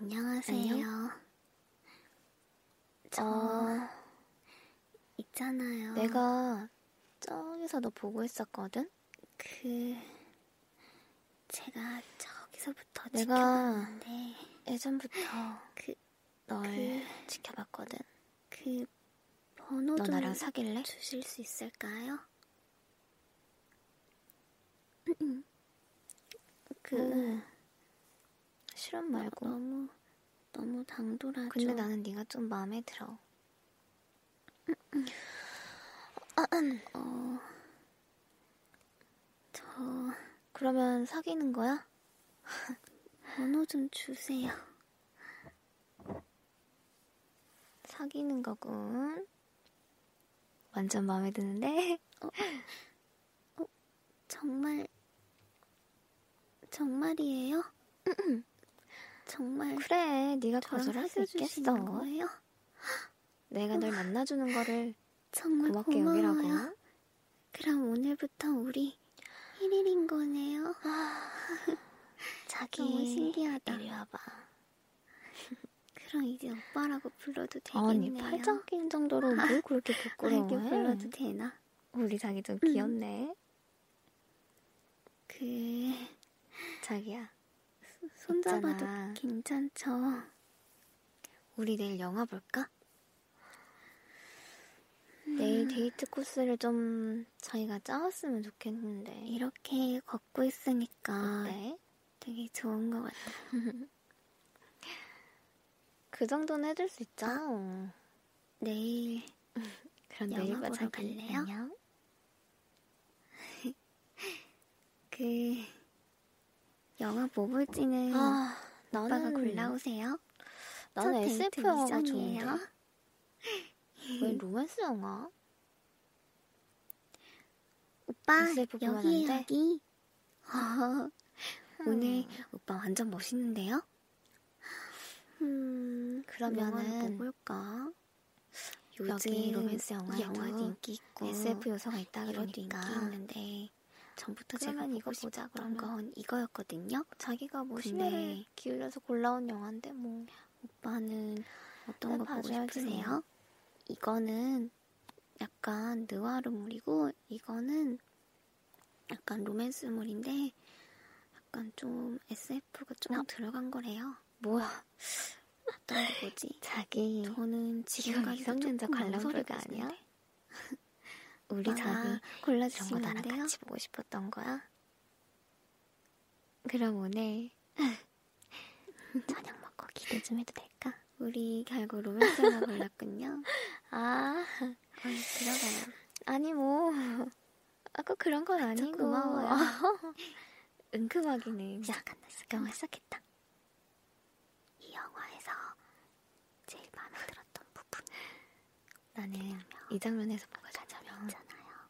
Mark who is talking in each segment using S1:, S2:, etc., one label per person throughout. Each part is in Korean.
S1: 안녕하세요. 저
S2: 어.
S1: 있잖아요.
S2: 내가 저기서 너 보고 있었거든?
S1: 그 제가 저기서부터
S2: 내가-
S1: 지켜봤는데
S2: 예전부터
S1: 그,
S2: 널
S1: 그-
S2: 지켜봤거든.
S1: 그 번호
S2: 너
S1: 좀
S2: 나랑 사귈래?
S1: 주실 수 있을까요?
S2: 음.
S1: 그
S2: 응. 실험 음. 말고.
S1: 너무 너무 당돌하죠.
S2: 근데 나는 네가 좀 마음에 들어.
S1: 어. 저
S2: 그러면 사귀는 거야?
S1: 번호 좀 주세요.
S2: 사귀는 거군. 완전 마음에
S1: 네.
S2: 드는데?
S1: 정말 정말이에요? 정말
S2: 그래, 네가
S1: 저랑
S2: 거절할 수 있겠어.
S1: 사귀어주시는 거예요? 어.
S2: 내가 널 만나주는 거를
S1: 정말
S2: 고맙게
S1: 고마워요.
S2: 여기라고.
S1: 그럼 오늘부터 우리 1일인 거네요. 아,
S2: 자기,
S1: 너무 신기하다.
S2: 이리 와봐.
S1: 그럼 이제 오빠라고 불러도
S2: 아니,
S1: 되겠네요.
S2: 팔짱 낀 정도로 뭘 그렇게
S1: 이렇게
S2: 부끄러워해? 음.
S1: 불러도 되나?
S2: 우리 자기 좀 귀엽네.
S1: 그
S2: 자기야,
S1: 손잡아도
S2: 있잖아.
S1: 괜찮죠?
S2: 우리 내일 영화 볼까? 내일 데이트 코스를 좀 자기가 짜왔으면 좋겠는데.
S1: 이렇게 걷고 있으니까
S2: 어때?
S1: 되게 좋은 것 같아요.
S2: 그 정도는 해줄 수 있잖아.
S1: 내일
S2: 그럼
S1: 영화
S2: 내일 봐,
S1: 보러
S2: 자기.
S1: 갈래요?
S2: 안녕.
S1: 그 영화 뭐 볼지는
S2: 아,
S1: 오빠가
S2: 나는
S1: 골라오세요.
S2: 나는
S1: 첫 데이트
S2: SF 영화가 좋은데.
S1: 미션이에요.
S2: 왜 로맨스 영화?
S1: 오빠
S2: SF 보면
S1: 여기
S2: 안 돼?
S1: 여기. 어, 오늘 오빠 완전 멋있는데요? 음
S2: 영화를
S1: 그러면은
S2: 뭐
S1: 볼까?
S2: 여기 로맨스
S1: 영화도
S2: 영화에도
S1: 인기 있고
S2: SF 요소가 어. 있다
S1: 이것도
S2: 그러니까.
S1: 인기 있는데 전부터 제가
S2: 그러면
S1: 보고
S2: 이거 보자,
S1: 싶었던
S2: 그러면.
S1: 건 이거였거든요.
S2: 자기가 뭐
S1: 근데-
S2: 심혈을 기울여서 골라온 영화인데 뭐.
S1: 오빠는 어떤
S2: 네,
S1: 거 보고
S2: 봐줘야지 뭐.
S1: 싶으세요? 이거는 약간 느와르물이고 이거는 약간 로맨스물인데 약간 좀 SF가 좀 들어간 거래요.
S2: 뭐야,
S1: 어떤 거 뭐지?
S2: 자기.
S1: 저는
S2: 지금
S1: 지금까지
S2: 이성년자 관람소리가 아니야? 우리 자기 그런 거
S1: 골라주시면 안
S2: 나랑
S1: 돼요?
S2: 같이 보고 싶었던 거야? 그럼 오늘 저녁 먹고 기대 좀 해도 될까?
S1: 우리 결국 로맨스 영화 골랐군요.
S2: 아,
S1: 얼른 들어가요.
S2: 아니 뭐 아까 그런 건
S1: 저
S2: 아니고
S1: 고마워요.
S2: 은큼하기는
S1: 시작한다. 시작. 영화 시작했다. 이 영화에서 제일 마음에 들었던 부분
S2: 나는 이 장면에서 뭐가 가장
S1: 있잖아요.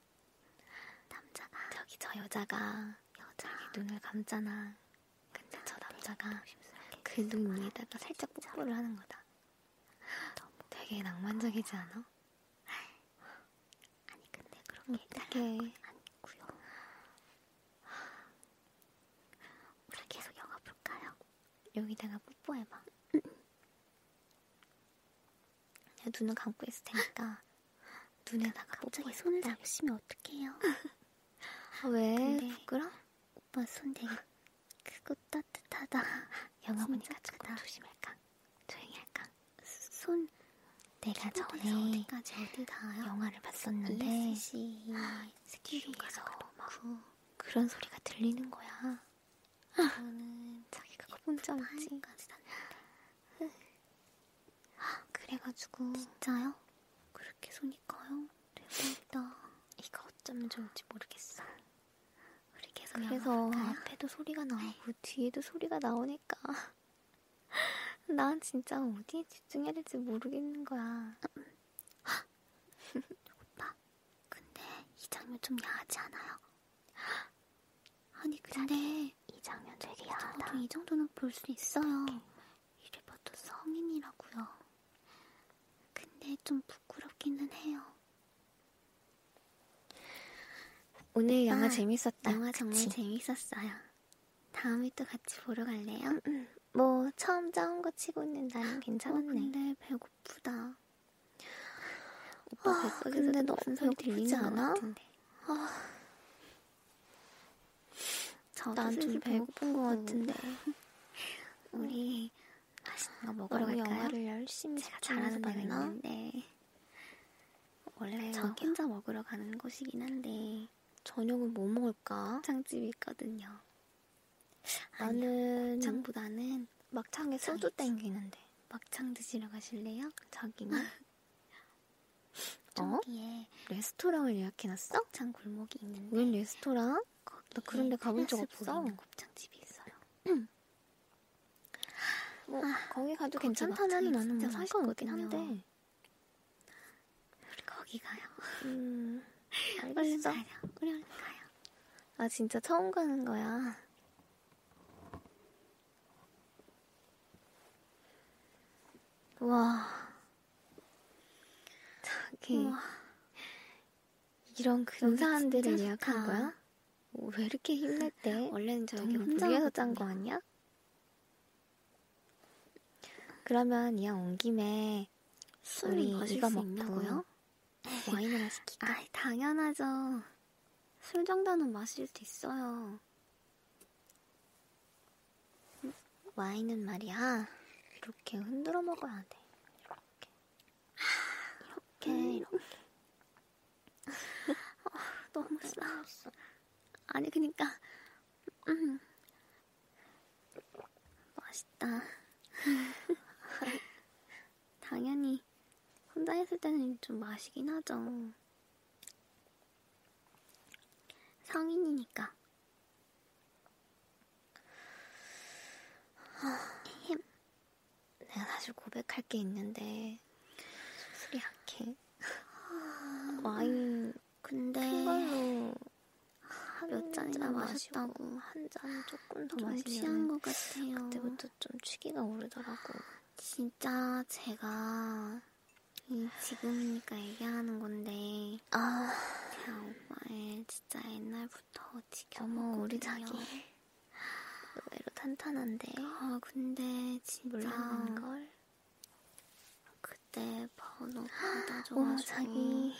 S1: 남자가 아,
S2: 저기 저 여자가
S1: 여자 네,
S2: 이렇게 눈을 감잖아 근데 저 남자가 그
S1: 아,
S2: 눈 위에다가 살짝 뽀뽀를 하는 거다 되게 낭만적이지 않아?
S1: 아니 근데
S2: 어
S1: 그렇게
S2: 떻게
S1: 아니고요. 우리 계속 영화 볼까요?
S2: 여기다가 뽀뽀해봐. 내가 눈을 감고 있을 테니까 눈에다가
S1: 갑자기
S2: 뽀뽀해.
S1: 손을 잡으시면 어떡해요?
S2: 아, 왜?
S1: 근데
S2: 부끄러?
S1: 오빠 손 되게 크고 따뜻하다. 진짜
S2: 영화 보니까 조금
S1: 크다.
S2: 조심할까? 조용히 할까?
S1: 손
S2: 내가
S1: 전에
S2: 전에
S1: 어디까지 어디 닿아요? E
S2: 영화를 봤었는데
S1: ESC
S2: 스키에서
S1: 그
S2: 그런 소리가 들리는 거야.
S1: 저는
S2: 자기 그거 혼자 봤지.
S1: 파인까지 닿는
S2: 그래가지고
S1: 진짜요? 그렇게 손이 커요? 대박이다.
S2: 이거 어쩌면 좋을지 모르겠어.
S1: 우리 계속
S2: 그래서
S1: 영화 볼까요?
S2: 앞에도 소리가 나오고 뒤에도 소리가 나오니까 난 진짜 어디에 집중해야 될지 모르겠는 거야.
S1: 오빠, 근데 이 장면 좀 야하지 않아요? 아니 근데
S2: 이 장면 되게
S1: 저도 이 정도는 볼 수 있어요. 이래봐도 성인이라고요. 근데 좀 부끄럽기는 해요.
S2: 오늘 아, 영화
S1: 오빠,
S2: 재밌었다.
S1: 영화 정말
S2: 그치?
S1: 재밌었어요. 다음에 또 같이 보러 갈래요?
S2: 뭐 처음 짜온 거 치고는 나는
S1: 어,
S2: 괜찮았네.
S1: 근데 배고프다.
S2: 오빠
S1: 아,
S2: 뱃속에서
S1: 근데
S2: 무슨
S1: 너무
S2: 소리
S1: 배고프지
S2: 들리지
S1: 않아?
S2: 않아?
S1: 저도
S2: 난 좀
S1: 슬슬
S2: 배고픈 거 같은데.
S1: 우리 맛있는 거 먹으러
S2: 너랑
S1: 갈까요?
S2: 영화를 열심히
S1: 제가 잘하는 데가
S2: 봤나?
S1: 있는데
S2: 원래
S1: 저
S2: 저기
S1: 혼자 먹으러 가는 곳이긴 한데
S2: 저녁은 뭐 먹을까?
S1: 곱창집이 있거든요. 아니요,
S2: 나는
S1: 곱창보다는
S2: 막창에 소주
S1: 곱창이지.
S2: 땡기는데.
S1: 막창 드시러 가실래요?
S2: 자기는 어?
S1: 저기에
S2: 레스토랑을 예약해놨어?
S1: 곱창 골목이 있는데
S2: 웬 레스토랑?
S1: 거기에
S2: 나 그런 데 가본 적
S1: 테라스 보이는
S2: 없어.
S1: 곱창집이 있어요.
S2: 뭐 거기 가도
S1: 거기
S2: 괜찮다면
S1: 막창이
S2: 나는 뭐
S1: 진짜
S2: 상관없긴
S1: 맛있거든요.
S2: 한데.
S1: 우리 거기 가요.
S2: 음,
S1: 얼른
S2: 알겠어.
S1: 가요. 우리 얼른 가요.
S2: 아 진짜 처음 가는 거야. 와, 자기
S1: 우와.
S2: 이런 근사한
S1: 여기 진짜
S2: 데를 예약한
S1: 좋다.
S2: 거야? 오, 왜 이렇게 힘냈대?
S1: 원래는 저 여기
S2: 저기
S1: 혼자
S2: 무리해서 짠 거
S1: 오거든요.
S2: 아니야? 그러면 이왕 온 김에
S1: 술을
S2: 우리
S1: 마실
S2: 이거
S1: 수
S2: 먹고.
S1: 있냐고요?
S2: 와인을 마시기
S1: 아, 당연하죠. 술 정도는 마실 수 있어요. 음,
S2: 와인은 말이야 이렇게 흔들어 먹어야 돼.
S1: 이렇게 이렇게. 아, 너무 싫어. 아니 그니까 음. 맛있다. 당연히 혼자 했을 때는 좀 마시긴 하죠. 성인이니까.
S2: 내가 사실 고백할 게 있는데 술이 약해. 아, 와인
S1: 근데
S2: 큰 걸로
S1: 몇 잔이나 마셨다고
S2: 한 잔 조금 더
S1: 좀 취한
S2: 마시면
S1: 것 같아요.
S2: 그때부터 좀 취기가 오르더라고.
S1: 진짜 제가 이 지금이니까 얘기하는 건데
S2: 아,
S1: 제가 오빠의 진짜 옛날부터
S2: 어머
S1: 지켜먹고
S2: 우리 자기 의외로 탄탄한데
S1: 아 근데 진짜
S2: 몰랐는 걸.
S1: 그때 번호 받아줘가지고
S2: 와 자기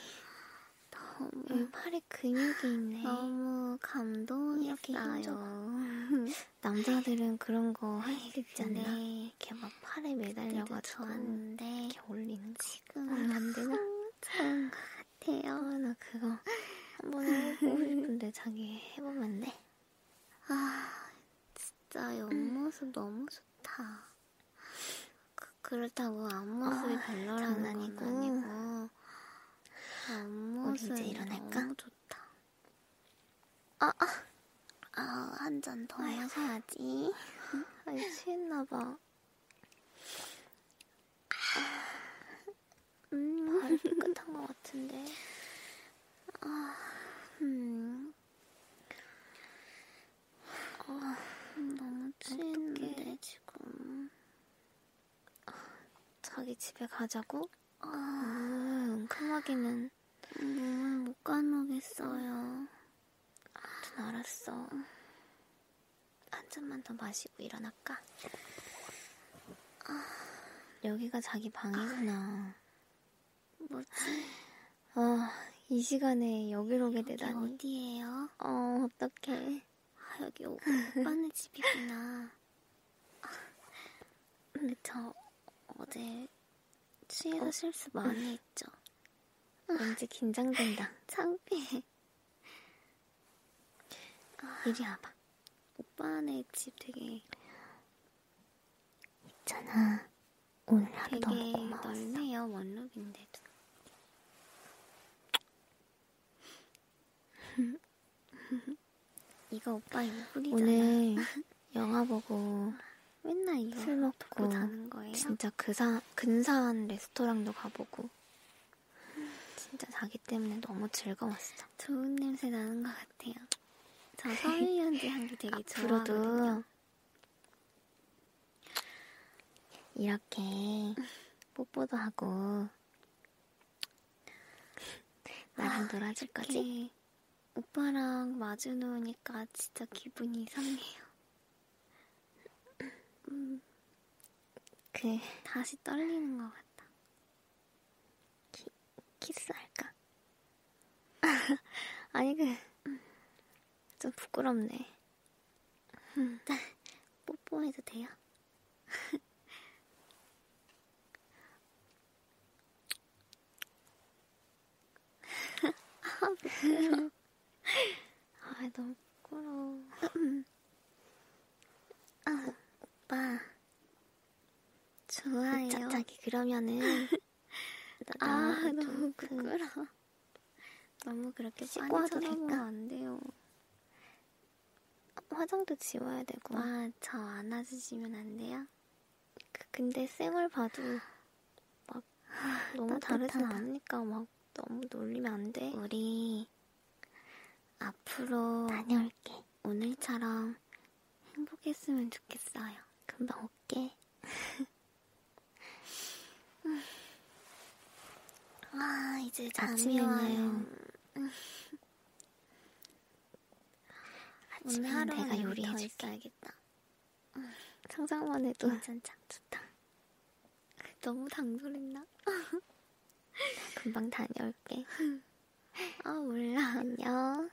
S1: 너무
S2: 여기 팔에 근육이 있네.
S1: 너무 감동했어요.
S2: 이렇게 남자들은 그런 거 할
S1: 네,
S2: 수 있지 않나?
S1: 근데
S2: 이렇게 막 팔에
S1: 그래도
S2: 매달려가지고
S1: 좋았는데
S2: 이렇게 올리는 거.
S1: 지금은
S2: 음, 안 되나?
S1: 좋은 것 같아요.
S2: 아, 나 그거 한번 해보고 싶은데 자기 해보면 안 돼?
S1: 아, 진짜 옆모습 너무 좋다. 그, 그렇다고 앞모습이
S2: 아,
S1: 별로라는
S2: 장난이고.
S1: 건 아니고
S2: 우리
S1: 앞모습이
S2: 이제 일어날까?
S1: 너무 좋다. 아, 아. 아, 한 잔 더
S2: 아이고.
S1: 마셔야지.
S2: 아니 취했나봐
S1: 음,
S2: 발이 삐끗한 것 같은데
S1: 아, 음. 아, 너무 취했는데 지금.
S2: 자기 집에 가자고? 음, 캄하기는
S1: 몸을 음, 못 가누겠어요.
S2: 아무튼 알았어 한 잔만 더 마시고 일어날까? 여기가 자기 방이구나
S1: 뭐지?
S2: 아, 이 시간에 여기로 오게
S1: 여기
S2: 되다니
S1: 어디예요?
S2: 어, 어떡해
S1: 아, 여기 오- 오빠네 집이구나. 아, 근데 저 어제 취해서 실수 많이 했죠.
S2: 왠지 긴장된다
S1: 창피해.
S2: 아, 이리 와봐
S1: 오빠네 집 되게
S2: 있잖아 오늘 하루 너무
S1: 되게
S2: 고마웠어
S1: 넓네요. 원룸인데도. 이거 오빠 얼굴이잖아.
S2: 오늘 영화 보고
S1: 맨날 이거
S2: 술
S1: 먹고
S2: 먹고
S1: 자는 거예요.
S2: 어, 진짜 그사, 근사한 레스토랑도 가보고 진짜 자기 때문에 너무 즐거웠어
S1: 좋은 냄새 나는 것 같아요. 저 서유연지 향기 되게
S2: 아,
S1: 좋아하거든요.
S2: 앞으로도 이렇게 뽀뽀도 하고 나랑 놀아줄 거지?
S1: 이렇게 오빠랑 마주 놓으니까 진짜 기분이 이상해요. 음,
S2: 그
S1: 다시 떨리는 것 같다.
S2: 키스할까? 아니 그 좀 부끄럽네.
S1: 음. 뽀뽀해도 돼요?
S2: 아 너무 부끄러워.
S1: 오빠. 좋아요.
S2: 그 자, 자기 그러면은
S1: 아,
S2: 나, 나
S1: 너무
S2: 좀
S1: 부끄러워. 너무 그렇게
S2: 씻고
S1: 빤히
S2: 와도
S1: 쳐다보면
S2: 될까?
S1: 안 돼요.
S2: 화장도 지워야 되고.
S1: 와, 아, 저 안아주시면 안 돼요?
S2: 그- 근데 쌩얼 봐도 막 너무 다르진
S1: 따뜻하다.
S2: 않으니까 막 너무 놀리면 안 돼.
S1: 우리 앞으로
S2: 다녀올게.
S1: 오늘처럼 행복했으면 좋겠어요.
S2: 금방 올게.
S1: 와, 이제 잠이
S2: 아침이네요.
S1: 와요.
S2: 아침에 내가 요리해줄게.
S1: 있어야겠다.
S2: 상상만 해도
S1: 괜찮다. 좋다. 너무 당돌했나?
S2: 금방 다녀올게.
S1: 아, 몰라.
S2: 안녕.